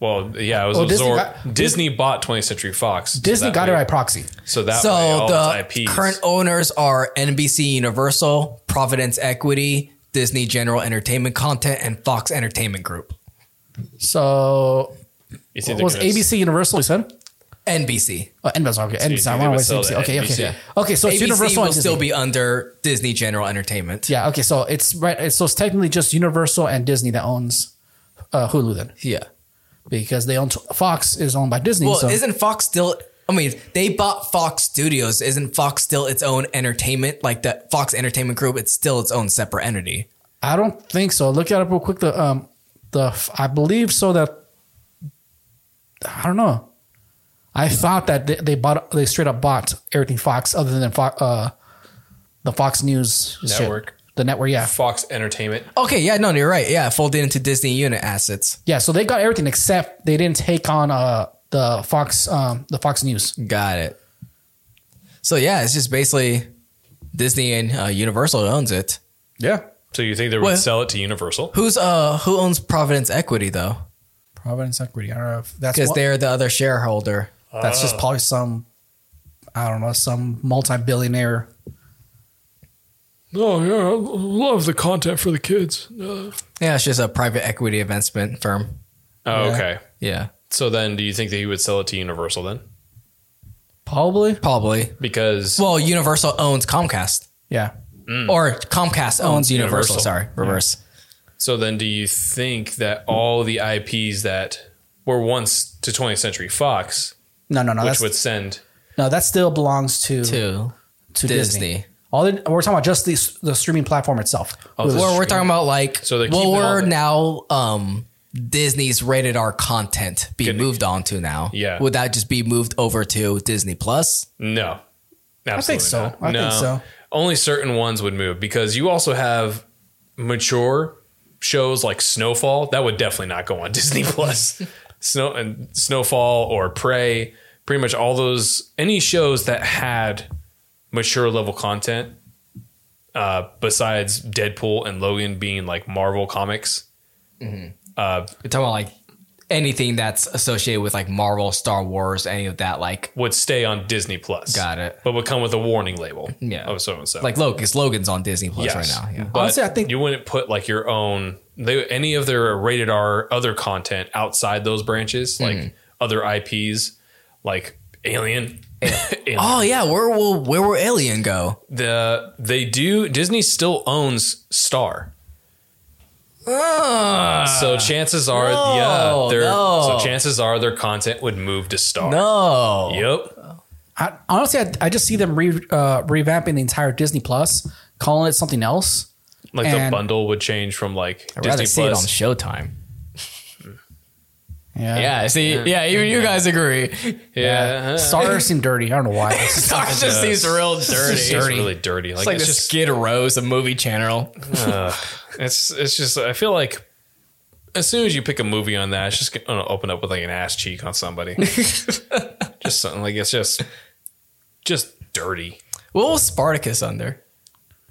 Speaker 2: Well, yeah, it was
Speaker 3: Oh,
Speaker 2: a
Speaker 3: Disney
Speaker 2: Zor-
Speaker 3: got-
Speaker 2: Disney bought 20th Century Fox. so
Speaker 3: Disney
Speaker 2: that
Speaker 3: got it
Speaker 2: way-
Speaker 3: by proxy.
Speaker 2: So that way,
Speaker 1: So
Speaker 2: all
Speaker 1: the
Speaker 2: its IPs.
Speaker 1: current owners are NBC Universal, Providence Equity, Disney General Entertainment Content, and Fox Entertainment Group.
Speaker 3: So
Speaker 2: it's
Speaker 3: what
Speaker 2: either
Speaker 3: was
Speaker 2: gonna-
Speaker 3: ABC Universal? You said.
Speaker 1: NBC.
Speaker 3: Oh, NBC. Okay, NBC. I
Speaker 2: they
Speaker 3: want
Speaker 2: would
Speaker 3: to
Speaker 2: sell
Speaker 3: ABC.
Speaker 2: that
Speaker 3: Okay,
Speaker 2: NBC.
Speaker 3: okay, okay. So it's
Speaker 1: ABC
Speaker 3: Universal
Speaker 1: will
Speaker 3: and
Speaker 1: still
Speaker 3: Disney.
Speaker 1: be under Disney General Entertainment.
Speaker 3: yeah. Okay, so it's right. it's- So it's technically just Universal and Disney that owns uh, Hulu then,
Speaker 1: Yeah.
Speaker 3: because they own Fox is owned by Disney.
Speaker 1: Well,
Speaker 3: so
Speaker 1: isn't Fox still? I mean, they bought Fox Studios. Isn't Fox still its own entertainment? Like the Fox Entertainment Group, it's still its own separate entity.
Speaker 3: I don't think so. Look it up real quick. The um the I believe so that I don't know. I thought that they, they bought they straight up bought everything Fox other than Fox uh the Fox News shit.
Speaker 2: Network.
Speaker 3: The network, yeah.
Speaker 2: Fox Entertainment.
Speaker 1: Okay, yeah, no, you're right. Yeah, folded into Disney unit assets.
Speaker 3: Yeah, so they got everything except they didn't take on uh the Fox um the Fox News.
Speaker 1: Got it. So yeah, it's just basically Disney and uh, Universal owns it.
Speaker 3: Yeah.
Speaker 2: So you think they would
Speaker 1: Well-
Speaker 2: sell it to Universal?
Speaker 1: Who's uh who owns Providence Equity though?
Speaker 3: Providence Equity. I don't know if that's
Speaker 1: Because
Speaker 3: what,
Speaker 1: they're the other shareholder.
Speaker 3: that's just probably some I don't know, some multi billionaire
Speaker 2: Oh yeah, I love the content for the kids. Uh,
Speaker 1: Yeah, it's just a private equity investment firm.
Speaker 2: Oh, okay.
Speaker 1: Yeah,
Speaker 2: So then, do you think that he would sell it to Universal then?
Speaker 3: probably.
Speaker 1: probably.
Speaker 2: Because
Speaker 1: Well, Universal owns Comcast,
Speaker 3: Yeah.
Speaker 2: Mm.
Speaker 1: or Comcast owns Universal.
Speaker 2: Universal.
Speaker 1: Sorry, reverse.
Speaker 2: so then, do you think that all the IPs that were once to 20th Century Fox,
Speaker 3: No, no, no.
Speaker 2: which
Speaker 3: that's
Speaker 2: would send
Speaker 3: No, that still belongs to to,
Speaker 1: Two.
Speaker 3: Disney.
Speaker 1: Disney. Oh.
Speaker 3: All the, we're talking about just the the streaming platform itself.
Speaker 2: Oh,
Speaker 3: Hulu.
Speaker 1: Well, we're talking about like
Speaker 2: So they're
Speaker 1: well,
Speaker 2: keeping all
Speaker 1: we're
Speaker 2: the-
Speaker 1: now um Disney's rated R content being
Speaker 2: Getting-
Speaker 1: moved on to now.
Speaker 2: Yeah.
Speaker 1: would that just be moved over to Disney Plus?
Speaker 2: No. Absolutely
Speaker 3: so.
Speaker 2: not.
Speaker 3: I think
Speaker 2: no.
Speaker 3: so.
Speaker 2: Only certain ones would move because you also have mature shows like Snowfall that would definitely not go on Disney Plus. Snow and Snowfall or Prey, pretty much all those any shows that had mature level content uh, besides Deadpool and Logan being like Marvel comics. Uh,
Speaker 1: We're talking about like anything that's associated with like Marvel, Star Wars, any of that. Like
Speaker 2: would stay on Disney Plus.
Speaker 1: Got it.
Speaker 2: But would come with a warning label.
Speaker 1: Yeah.
Speaker 2: Of so and so.
Speaker 1: like Logan's Logan's on Disney Plus
Speaker 2: Yes.
Speaker 1: right now. Yeah.
Speaker 2: But
Speaker 3: Honestly, I think-
Speaker 2: you wouldn't put like your own they, any of their rated R other content outside those branches,
Speaker 1: Mm-hmm.
Speaker 2: like other IPs, like Alien. Alien.
Speaker 1: Oh yeah, where will where will Alien go?
Speaker 2: The they do Disney still owns Star. so chances are,
Speaker 1: Uh, no,
Speaker 2: yeah, their
Speaker 1: no.
Speaker 2: so chances are their content would move to Star.
Speaker 1: No.
Speaker 2: Yep.
Speaker 3: I, honestly, I, I just see them re, uh, revamping the entire Disney Plus, calling it something else.
Speaker 2: Like
Speaker 3: And-
Speaker 2: the bundle would change from like
Speaker 1: I'd rather
Speaker 2: Disney
Speaker 1: see it on
Speaker 2: Plus.
Speaker 1: Showtime.
Speaker 3: Yeah.
Speaker 1: Yeah, see, yeah, even you guys agree.
Speaker 2: yeah.
Speaker 3: Star seemed dirty. I don't know why.
Speaker 1: Star just seems real dirty.
Speaker 2: It's really dirty. Like,
Speaker 1: It's like
Speaker 2: it's
Speaker 1: the
Speaker 2: just
Speaker 1: Skid Row's a movie channel.
Speaker 2: It's it's just I feel like as soon as you pick a movie on that, it's just gonna open up with like an ass cheek on somebody. just something like it's just just dirty
Speaker 1: What was Spartacus under?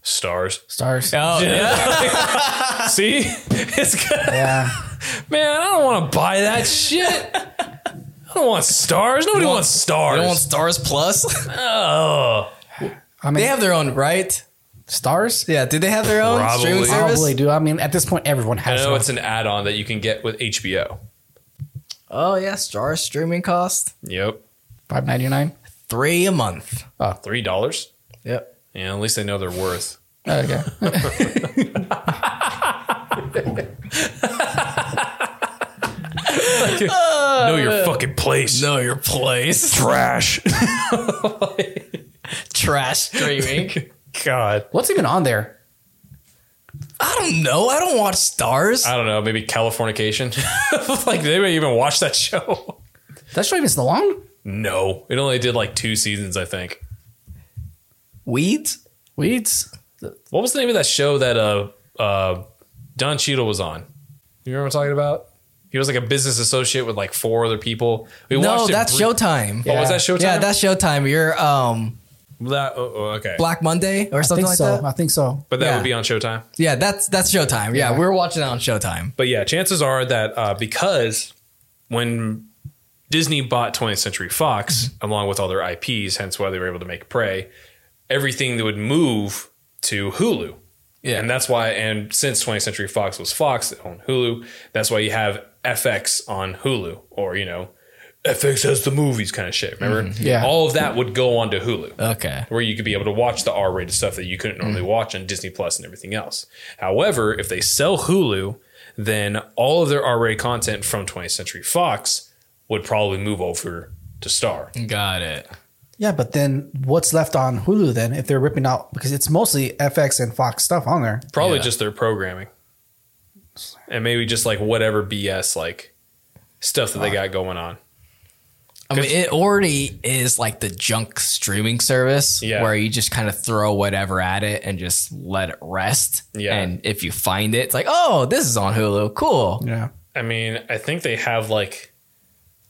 Speaker 2: stars.
Speaker 3: Stars.
Speaker 1: Oh, yeah.
Speaker 2: See, it's good.
Speaker 3: Yeah.
Speaker 2: man. I don't want to buy that shit. I don't want stars. Nobody
Speaker 1: want-
Speaker 2: wants stars.
Speaker 1: They want Stars Plus?
Speaker 2: Ugh.
Speaker 3: I mean,
Speaker 1: they have their own, right?
Speaker 3: Stars.
Speaker 1: Yeah, do they have their own
Speaker 2: Probably.
Speaker 1: streaming service?
Speaker 3: Probably do. I mean, at this point, everyone
Speaker 2: I
Speaker 3: has.
Speaker 2: know
Speaker 3: one.
Speaker 2: it's an add-on that you can get with HBO.
Speaker 1: Oh, yeah, Stars streaming cost
Speaker 2: Yep,
Speaker 3: five ninety nine.
Speaker 1: three a month.
Speaker 2: three dollars.
Speaker 1: Yep.
Speaker 2: Yeah, at least they know their worth.
Speaker 3: Okay.
Speaker 2: know your fucking place.
Speaker 1: Uh, Know your place.
Speaker 2: Trash.
Speaker 1: Trash streaming.
Speaker 2: God.
Speaker 3: What's even on there?
Speaker 1: I don't know. I don't watch Stars.
Speaker 2: I don't know, maybe Californication. like they may even watch that show.
Speaker 3: That show even so long.
Speaker 2: No, it only did like two seasons, I think.
Speaker 1: Weeds?
Speaker 3: Weeds.
Speaker 2: What was the name of that show that uh uh Don Cheadle was on? You remember what I'm talking about? He was like a business associate with like four other people. We
Speaker 1: No,
Speaker 2: watched it
Speaker 1: that's
Speaker 2: brief-
Speaker 1: Showtime.
Speaker 2: Oh, was
Speaker 3: Yeah.
Speaker 2: that Showtime?
Speaker 1: Yeah, that's Showtime. You're um
Speaker 2: That- oh, oh, okay.
Speaker 1: Black Monday or
Speaker 3: I
Speaker 1: something
Speaker 3: think
Speaker 1: like
Speaker 3: so.
Speaker 1: that.
Speaker 3: I think so.
Speaker 2: But that
Speaker 1: Yeah.
Speaker 2: would be on Showtime.
Speaker 1: Yeah, that's that's Showtime. Yeah, we're watching it on Showtime.
Speaker 2: But yeah, chances are that uh, because when Disney bought 20th Century Fox,
Speaker 1: Mm-hmm.
Speaker 2: along with all their IPs, hence why they were able to make Prey, everything that would move to Hulu.
Speaker 1: Yeah.
Speaker 2: And that's why, and since 20th Century Fox was Fox that owned Hulu, that's why you have FX on Hulu or, you know, FX has the movies kind of shit. Remember?
Speaker 3: yeah.
Speaker 2: All of that would go onto Hulu
Speaker 1: Mm-hmm. Okay.
Speaker 2: where you could be able to watch the R-rated stuff that you couldn't normally watch on Disney Plus and everything else. However, if they sell Hulu, then all of their R-rated content from 20th Century Fox would probably move over to Star.
Speaker 1: Got it.
Speaker 3: Yeah, but then what's left on Hulu then if they're ripping out because it's mostly FX and Fox stuff on there.
Speaker 2: Probably
Speaker 1: Yeah.
Speaker 2: just their programming. And maybe just like whatever BS like stuff that they got going on.
Speaker 1: I mean, it already is like the junk streaming service
Speaker 2: Yeah.
Speaker 1: where you just kind of throw whatever at it and just let it rest.
Speaker 2: Yeah.
Speaker 1: And if you find it, it's like, oh, this is on Hulu. Cool.
Speaker 3: Yeah.
Speaker 2: I mean, I think they have like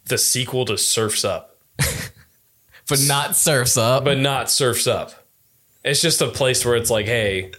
Speaker 2: the sequel to Surfs Up.
Speaker 1: But not Surfs Up.
Speaker 2: but not Surfs Up. It's just a place where it's like, hey,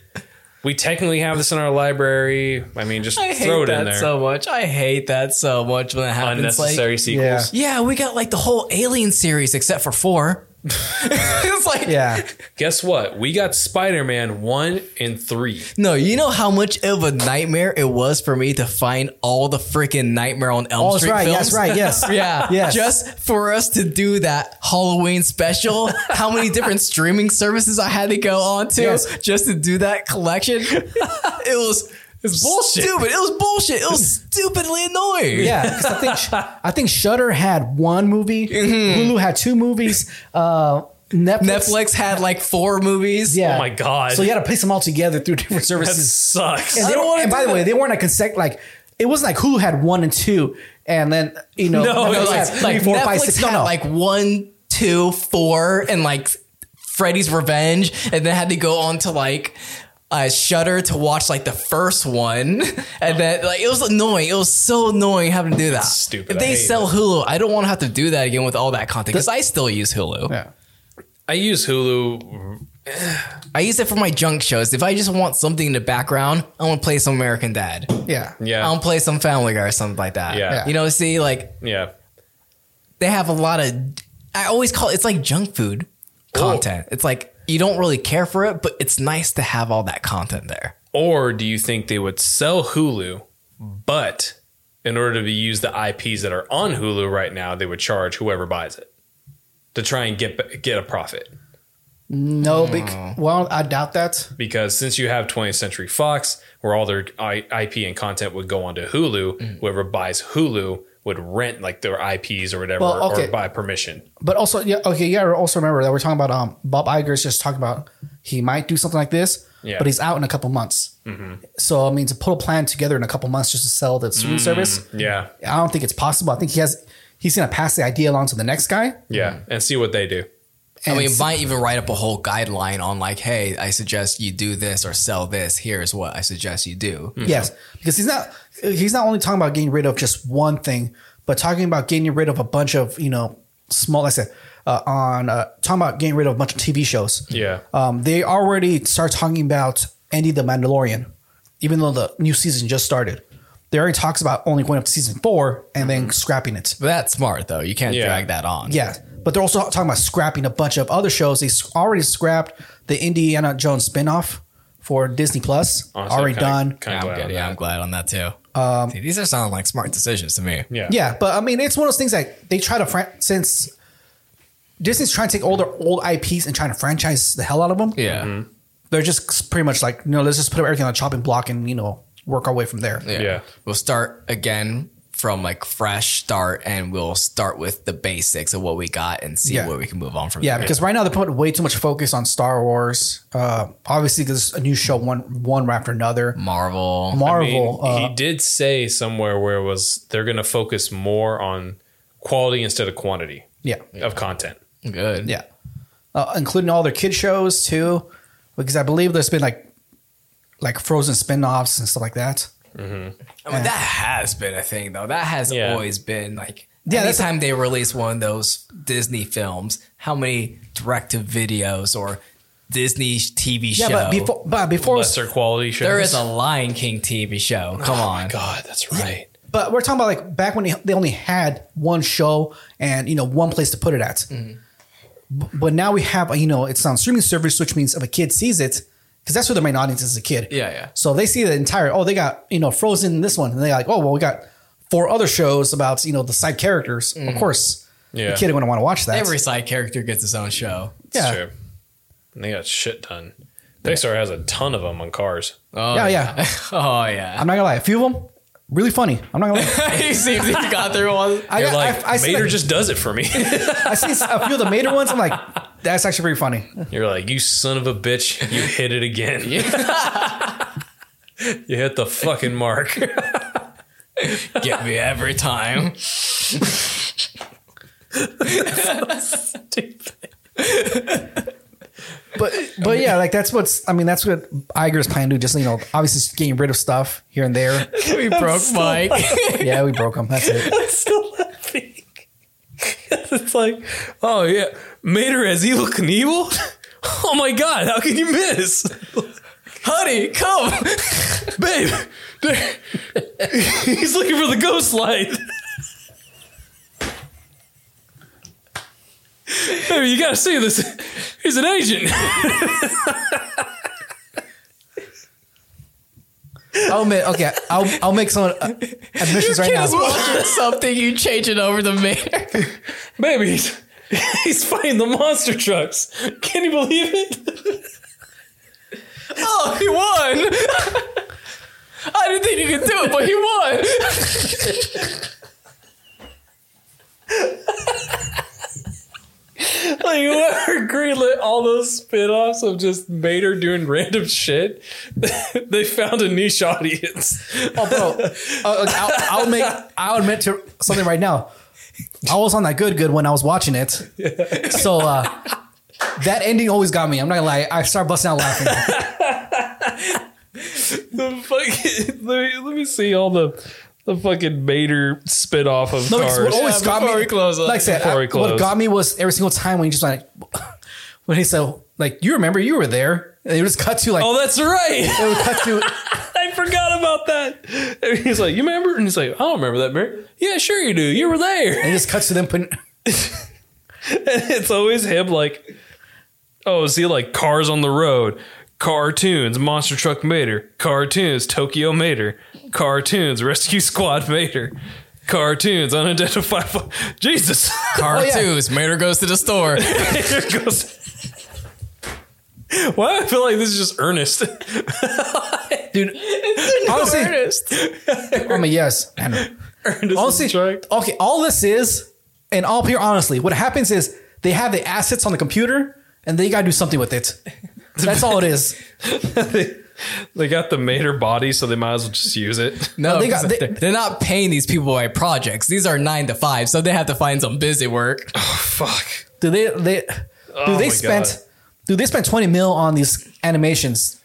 Speaker 2: we technically have this in our library. I mean, just
Speaker 1: I hate
Speaker 2: throw it
Speaker 1: that
Speaker 2: in there.
Speaker 1: so much. I hate that so much when it happens.
Speaker 2: Unnecessary
Speaker 1: Like,
Speaker 2: sequels.
Speaker 1: yeah, we got like the whole Alien series except for four. it's like,
Speaker 3: Yeah.
Speaker 2: Guess what? We got Spider Man one and three.
Speaker 1: no, you know how much of a nightmare it was for me to find all the freaking Nightmare on Elm
Speaker 3: Oh, that's
Speaker 1: Street
Speaker 3: right.
Speaker 1: films.
Speaker 3: Yes, right. Yes.
Speaker 1: Yeah.
Speaker 3: Yes.
Speaker 1: Just for us to do that Halloween special, how many different streaming services I had to go on to
Speaker 3: Yes.
Speaker 1: just to do that collection. it was it's
Speaker 2: bullshit.
Speaker 1: Stupid. It was bullshit. It was stupidly annoying.
Speaker 3: Yeah, 'cause I think I think Shutter had one movie, Hulu had two movies, uh, Netflix.
Speaker 1: Netflix had like four movies.
Speaker 3: Yeah.
Speaker 2: Oh my God.
Speaker 3: So you had to place them all together through different
Speaker 2: That
Speaker 3: services.
Speaker 2: sucks.
Speaker 3: And, they
Speaker 1: don't
Speaker 3: were,
Speaker 1: wanna
Speaker 3: and
Speaker 1: do
Speaker 3: by the way, they weren't a consec like it wasn't like Hulu had one and two, and then you know
Speaker 2: No,
Speaker 1: It
Speaker 3: Netflix
Speaker 1: was like,
Speaker 3: had three,
Speaker 1: like
Speaker 3: four,
Speaker 1: Netflix
Speaker 3: five, six.
Speaker 1: got
Speaker 3: No, no.
Speaker 1: like one, two, four, and like Freddy's Revenge, and then had to go on to like uh, Shutter to watch like the first one,
Speaker 3: Oh.
Speaker 1: and then like it was annoying. It was so annoying having to do that.
Speaker 2: stupid.
Speaker 1: If
Speaker 2: I
Speaker 1: they
Speaker 2: hate
Speaker 1: sell Hulu, I don't want to have to do that again with all that content because I still use Hulu.
Speaker 3: Yeah.
Speaker 2: I use Hulu.
Speaker 1: I use it for my junk shows. If I just want something in the background, I want to play some American Dad.
Speaker 3: yeah,
Speaker 1: I
Speaker 2: Yeah.
Speaker 1: want to play some Family Guy or something like that.
Speaker 2: Yeah.
Speaker 1: You know, see, like
Speaker 2: yeah.
Speaker 1: they have a lot of I always call it it's like junk food content. It's like you don't really care for it, but it's nice to have all that content there.
Speaker 2: Or do you think they would sell Hulu, but in order to be- use the IPs that are on Hulu right now, they would charge whoever buys it to try and get get a profit?
Speaker 3: No, bec- well, I doubt that.
Speaker 2: because since you have 20th Century Fox, where all their I- IP and content would go onto Hulu,
Speaker 3: Mm.
Speaker 2: whoever buys Hulu would rent like their IPs or whatever,
Speaker 3: Well, okay.
Speaker 2: or buy permission.
Speaker 3: But also, yeah, okay, yeah. Also, remember that we're talking about um, Bob Iger's just talking about he might do something like this,
Speaker 2: Yeah.
Speaker 3: but he's out in a couple months. So I mean, to put a plan together in a couple months just to sell the streaming service,
Speaker 2: Yeah,
Speaker 3: I don't think it's possible. I think he has he's gonna pass the idea along to the next guy.
Speaker 2: yeah, and see what they do.
Speaker 1: I
Speaker 3: and
Speaker 1: mean,
Speaker 3: s-
Speaker 1: might even write up a whole guideline on like, hey, I suggest you do this or sell this. Here's what I suggest you do.
Speaker 3: Yes, because he's not he's not only talking about getting rid of just one thing, but talking about getting rid of a bunch of you know small. Like I said uh, on uh, talking about getting rid of a bunch of TV shows.
Speaker 2: Yeah.
Speaker 3: um, they already start talking about Andy the Mandalorian, even though the new season just started. They already talks about only going up to season four
Speaker 2: Mm-hmm.
Speaker 3: and then scrapping it.
Speaker 1: But that's smart though. You can't
Speaker 2: Yeah.
Speaker 1: drag that on.
Speaker 3: Yeah, but they're also talking about scrapping a bunch of other shows. They s- already scrapped the Indiana Jones spinoff for Disney Plus.
Speaker 2: Honestly,
Speaker 3: already
Speaker 2: Oh, kinda- Kinda
Speaker 3: done.
Speaker 1: Yeah,
Speaker 2: glad
Speaker 1: I'm
Speaker 2: on
Speaker 1: good. Yeah,
Speaker 2: that.
Speaker 1: I'm glad on that too. Um, See, these are sounding like smart decisions to me.
Speaker 2: yeah,
Speaker 3: Yeah, but I mean, it's one of those things that they try to fran- since Disney's trying to take all their old IPs and trying to franchise the hell out of them.
Speaker 1: Yeah.
Speaker 3: they're just pretty much like, no, let's just put everything on the chopping block and you know work our way from there.
Speaker 1: Yeah.
Speaker 2: Yeah.
Speaker 1: We'll start again from like fresh start and we'll start with the basics of what we got and see
Speaker 3: Yeah.
Speaker 1: where we can move on from
Speaker 3: Yeah,
Speaker 1: there.
Speaker 3: because right now they're putting way too much focus on Star Wars. Uh, obviously, because a new show one one after another.
Speaker 1: Marvel.
Speaker 2: I mean,
Speaker 3: Marvel. uh,
Speaker 2: he did say somewhere where it was they're going to focus more on quality instead of quantity
Speaker 3: yeah,
Speaker 2: of content.
Speaker 1: Good.
Speaker 3: yeah, uh, including all their kid shows too, because I believe there's been like like Frozen spin-offs and stuff like that.
Speaker 1: I mean, that has been a thing though. That has
Speaker 2: Yeah.
Speaker 1: always been like
Speaker 3: Yeah, that's-
Speaker 1: Anytime they release one of those Disney films, how many direct to videos or Disney TV show?
Speaker 3: Yeah, but before, but before,
Speaker 2: Lesser quality shows.
Speaker 1: there is a Lion King TV show. Come
Speaker 2: Oh my
Speaker 1: on.
Speaker 2: God, that's right.
Speaker 3: but we're talking about like back when they, they only had one show and you know one place to put it at.
Speaker 2: Mm-hmm.
Speaker 3: B- But now we have you know it's on streaming service, which means if a kid sees it, because that's who the main audience is, is a kid.
Speaker 1: Yeah, yeah.
Speaker 3: So they see the entire oh they got you know Frozen in this one and they like oh well we got four other shows about you know the side characters. Of course,
Speaker 2: Mm-hmm. Yeah.
Speaker 3: the kid going to want to watch that.
Speaker 1: Every side character gets his own show.
Speaker 2: That's
Speaker 3: yeah.
Speaker 2: true. And they got shit ton. Pixar has a ton of them on cars.
Speaker 1: Oh,
Speaker 3: Yeah, yeah.
Speaker 1: oh, yeah.
Speaker 3: I'm not gonna lie, a few of them really funny. I'm not gonna lie.
Speaker 1: you see, you got through one.
Speaker 3: I,
Speaker 2: You're
Speaker 3: got-
Speaker 2: like,
Speaker 3: I, I, see
Speaker 2: Mater
Speaker 3: like-
Speaker 2: just does it for me.
Speaker 3: I see a few of the Mater ones. I'm like, that's actually pretty funny.
Speaker 2: You're like, you son of a bitch, you hit it again. you hit the fucking mark.
Speaker 1: Get me every time.
Speaker 3: but but yeah, like that's what's. I mean, that's what Iger's plan to do. Just you know, obviously just getting rid of stuff here and there.
Speaker 1: we broke Mike.
Speaker 3: yeah, we broke them. That's it.
Speaker 2: still laughing. it's like, oh yeah, Mater as evil Knievel? Oh my god, how can you miss? Honey, come, babe. there- He's looking for the ghost light. Baby, you gotta see this. He's an agent.
Speaker 3: I'll admit. Okay, I'll I'll make some uh, admissions right now.
Speaker 1: watching something, you change it over to Mater.
Speaker 2: Baby, he's, he's fighting the monster trucks. Can you believe it?
Speaker 1: Oh, he won! I didn't think you could do it, but he won!
Speaker 2: Like whoever greenlit all those spin-offs of just Mater doing random shit, they found a niche audience.
Speaker 3: Oh, bro, Uh, okay, I'll, I'll make. I'll admit to something right now. I was on that good good when I was watching it. So uh, that ending always got me. I'm not gonna lie. I start busting out laughing.
Speaker 2: The fucking let me, let me see all the the fucking Mater spin-off of
Speaker 3: No, because
Speaker 2: cars.
Speaker 3: what always
Speaker 1: Yeah,
Speaker 3: got
Speaker 1: before
Speaker 3: me.
Speaker 1: we close uh, up.
Speaker 3: like I said,
Speaker 2: Before
Speaker 3: I-
Speaker 2: we close.
Speaker 3: what got me was every single time when he just like when he said like you remember you were there. And it just cut to like
Speaker 2: oh, that's right.
Speaker 3: it would cut to
Speaker 2: I forgot about that. And he's like, "You remember?" And he's like, "I don't remember that, Mater." Yeah, sure you do. You were there.
Speaker 3: and it just cuts to them putting.
Speaker 2: And it's always him like oh is he like cars on the road cartoons monster truck mater cartoons tokyo mater cartoons rescue squad mater cartoons unidentified fo- jesus
Speaker 1: Car
Speaker 2: Oh,
Speaker 3: yeah.
Speaker 1: twos, Mater goes to the store.
Speaker 2: Here it goes why do i feel like this is just earnest dude
Speaker 3: Honestly, I mean yes. I know. Honestly, okay. All this is, and I'll appear honestly. What happens is they have the assets on the computer, and they gotta do something with it. That's all it is.
Speaker 2: they got the mater body so they might as well just use it
Speaker 1: No,
Speaker 3: they got-
Speaker 1: because
Speaker 3: they-
Speaker 1: they're not paying these people by projects. These are nine to five, so they have to find some busy work.
Speaker 2: Oh, fuck
Speaker 3: Do they? They do
Speaker 2: Oh my
Speaker 3: they spent?
Speaker 2: God.
Speaker 3: Do they spend twenty mil on these animations?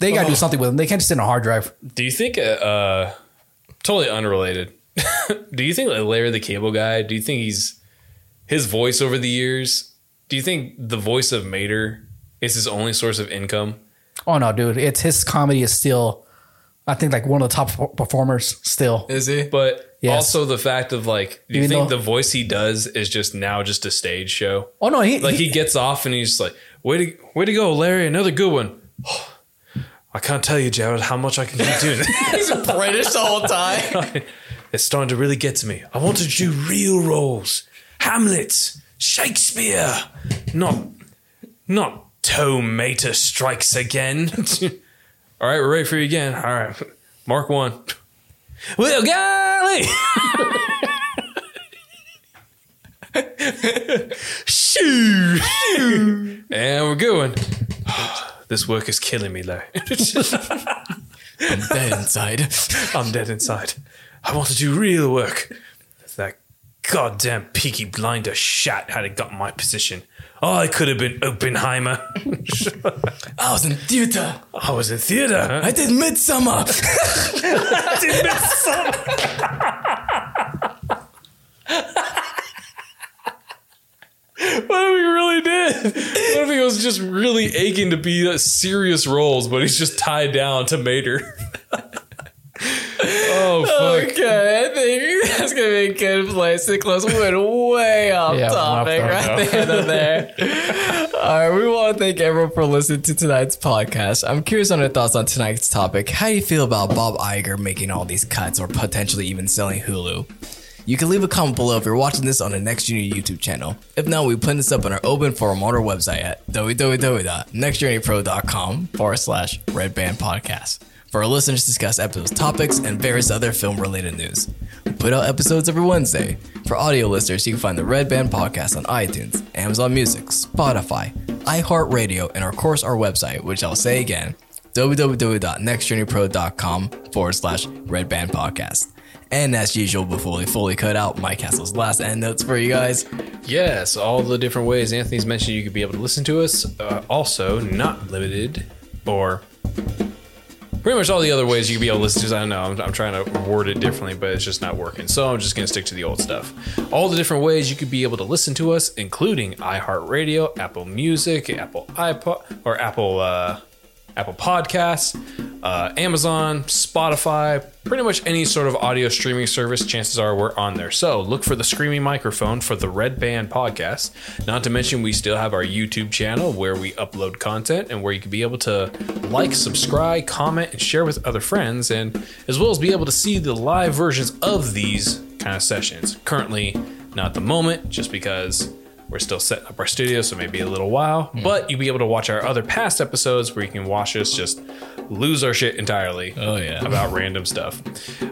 Speaker 3: They
Speaker 2: Oh.
Speaker 3: gotta do something with them. They can't just sit on a hard drive.
Speaker 2: Do you think, uh, uh totally unrelated, do you think like Larry the Cable Guy, do you think he's his voice over the years? Do you think the voice of Mater is his only source of income?
Speaker 3: Oh no, dude! It's his comedy is still, I think, like one of the top performers still.
Speaker 1: Is he?
Speaker 2: But
Speaker 3: Yes.
Speaker 2: also the fact of like, do you
Speaker 3: Even
Speaker 2: think
Speaker 3: though-
Speaker 2: the voice he does is just now just a stage show?
Speaker 3: Oh no, he,
Speaker 2: Like
Speaker 3: he,
Speaker 2: he gets off and he's like, way to, way to go, Larry, another good one. I can't tell you, Jared, how much I can keep doing.
Speaker 1: He's British the whole time.
Speaker 2: It's starting to really get to me. I want to do real roles. Hamlet, Shakespeare, not not Tomato strikes again. All right, we're ready for you again. All right, mark one. Well, golly, shoo, and we're going. this work is killing me, though.
Speaker 1: I'm dead inside.
Speaker 2: I'm dead inside. I want to do real work. That goddamn peaky blinder shat had it got my position. Oh, I could have been Oppenheimer.
Speaker 1: I was in theater.
Speaker 2: I was in theater. huh?
Speaker 1: I did Midsummer.
Speaker 2: I did miss some. What if he really did? What if he was just really aching to be uh, serious roles, but he's just tied down to Mater? oh fuck!
Speaker 1: Okay, I think that's gonna be a good place to close. We went way off
Speaker 3: Yeah, we went off
Speaker 1: topic
Speaker 3: topic.
Speaker 1: right there. and there. All right, we want to thank everyone for listening to tonight's podcast. I'm curious on your thoughts on tonight's topic. How do you feel about Bob Iger making all these cuts or potentially even selling Hulu? You can leave a comment below if you're watching this on the Next Junior YouTube channel. If not, we put this up on our open forum on our website at www.nextjourneypro.com forward slash red band podcast for our listeners to discuss episodes, topics, and various other film related news. We put out episodes every Wednesday. For audio listeners, you can find the Red Band podcast on iTunes, Amazon Music, Spotify, iHeartRadio, and of course our website, which I'll say again www.nextjourneypro.com forward slash red band podcast. And as usual, before we fully cut out Mike Castle's last end notes for you guys,
Speaker 2: Yes, all the different ways Anthony's mentioned you could be able to listen to us. Uh, also, not limited, or pretty much all the other ways you could be able to listen to us. I don't know, I'm, I'm trying to word it differently, but it's just not working. So I'm just going to stick to the old stuff. All the different ways you could be able to listen to us, including iHeartRadio, Apple Music, Apple iPod, or Apple. Uh, Apple Podcasts, uh, Amazon, Spotify, pretty much any sort of audio streaming service, chances are we're on there. So look for the Screaming Microphone for the Red Band podcast. Not to mention, we still have our YouTube channel where we upload content and where you can be able to like, subscribe, comment, and share with other friends, and as well as be able to see the live versions of these kind of sessions. Currently, not the moment, just because we're still setting up our studio, so maybe a little while.
Speaker 1: Hmm.
Speaker 2: But you'll be able to watch our other past episodes where you can watch us just lose our shit entirely.
Speaker 1: Oh, yeah.
Speaker 2: about random stuff,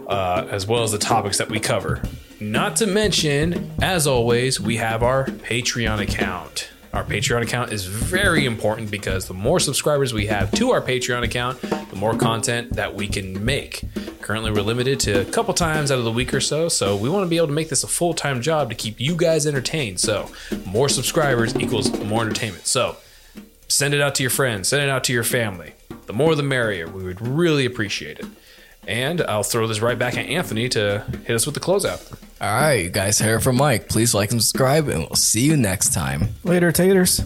Speaker 2: uh, as well as the topics that we cover. Not to mention, as always, we have our Patreon account. Our Patreon account is very important because the more subscribers we have to our Patreon account, the more content that we can make. Currently, we're limited to a couple times out of the week or so, so we want to be able to make this a full time job to keep you guys entertained. So, more subscribers equals more entertainment. So, send it out to your friends, send it out to your family. The more the merrier. We would really appreciate it. And I'll throw this right back at Anthony to hit us with the closeout.
Speaker 1: all right, you guys heard from Mike. Please like and subscribe, and we'll see you next time.
Speaker 3: Later, taters.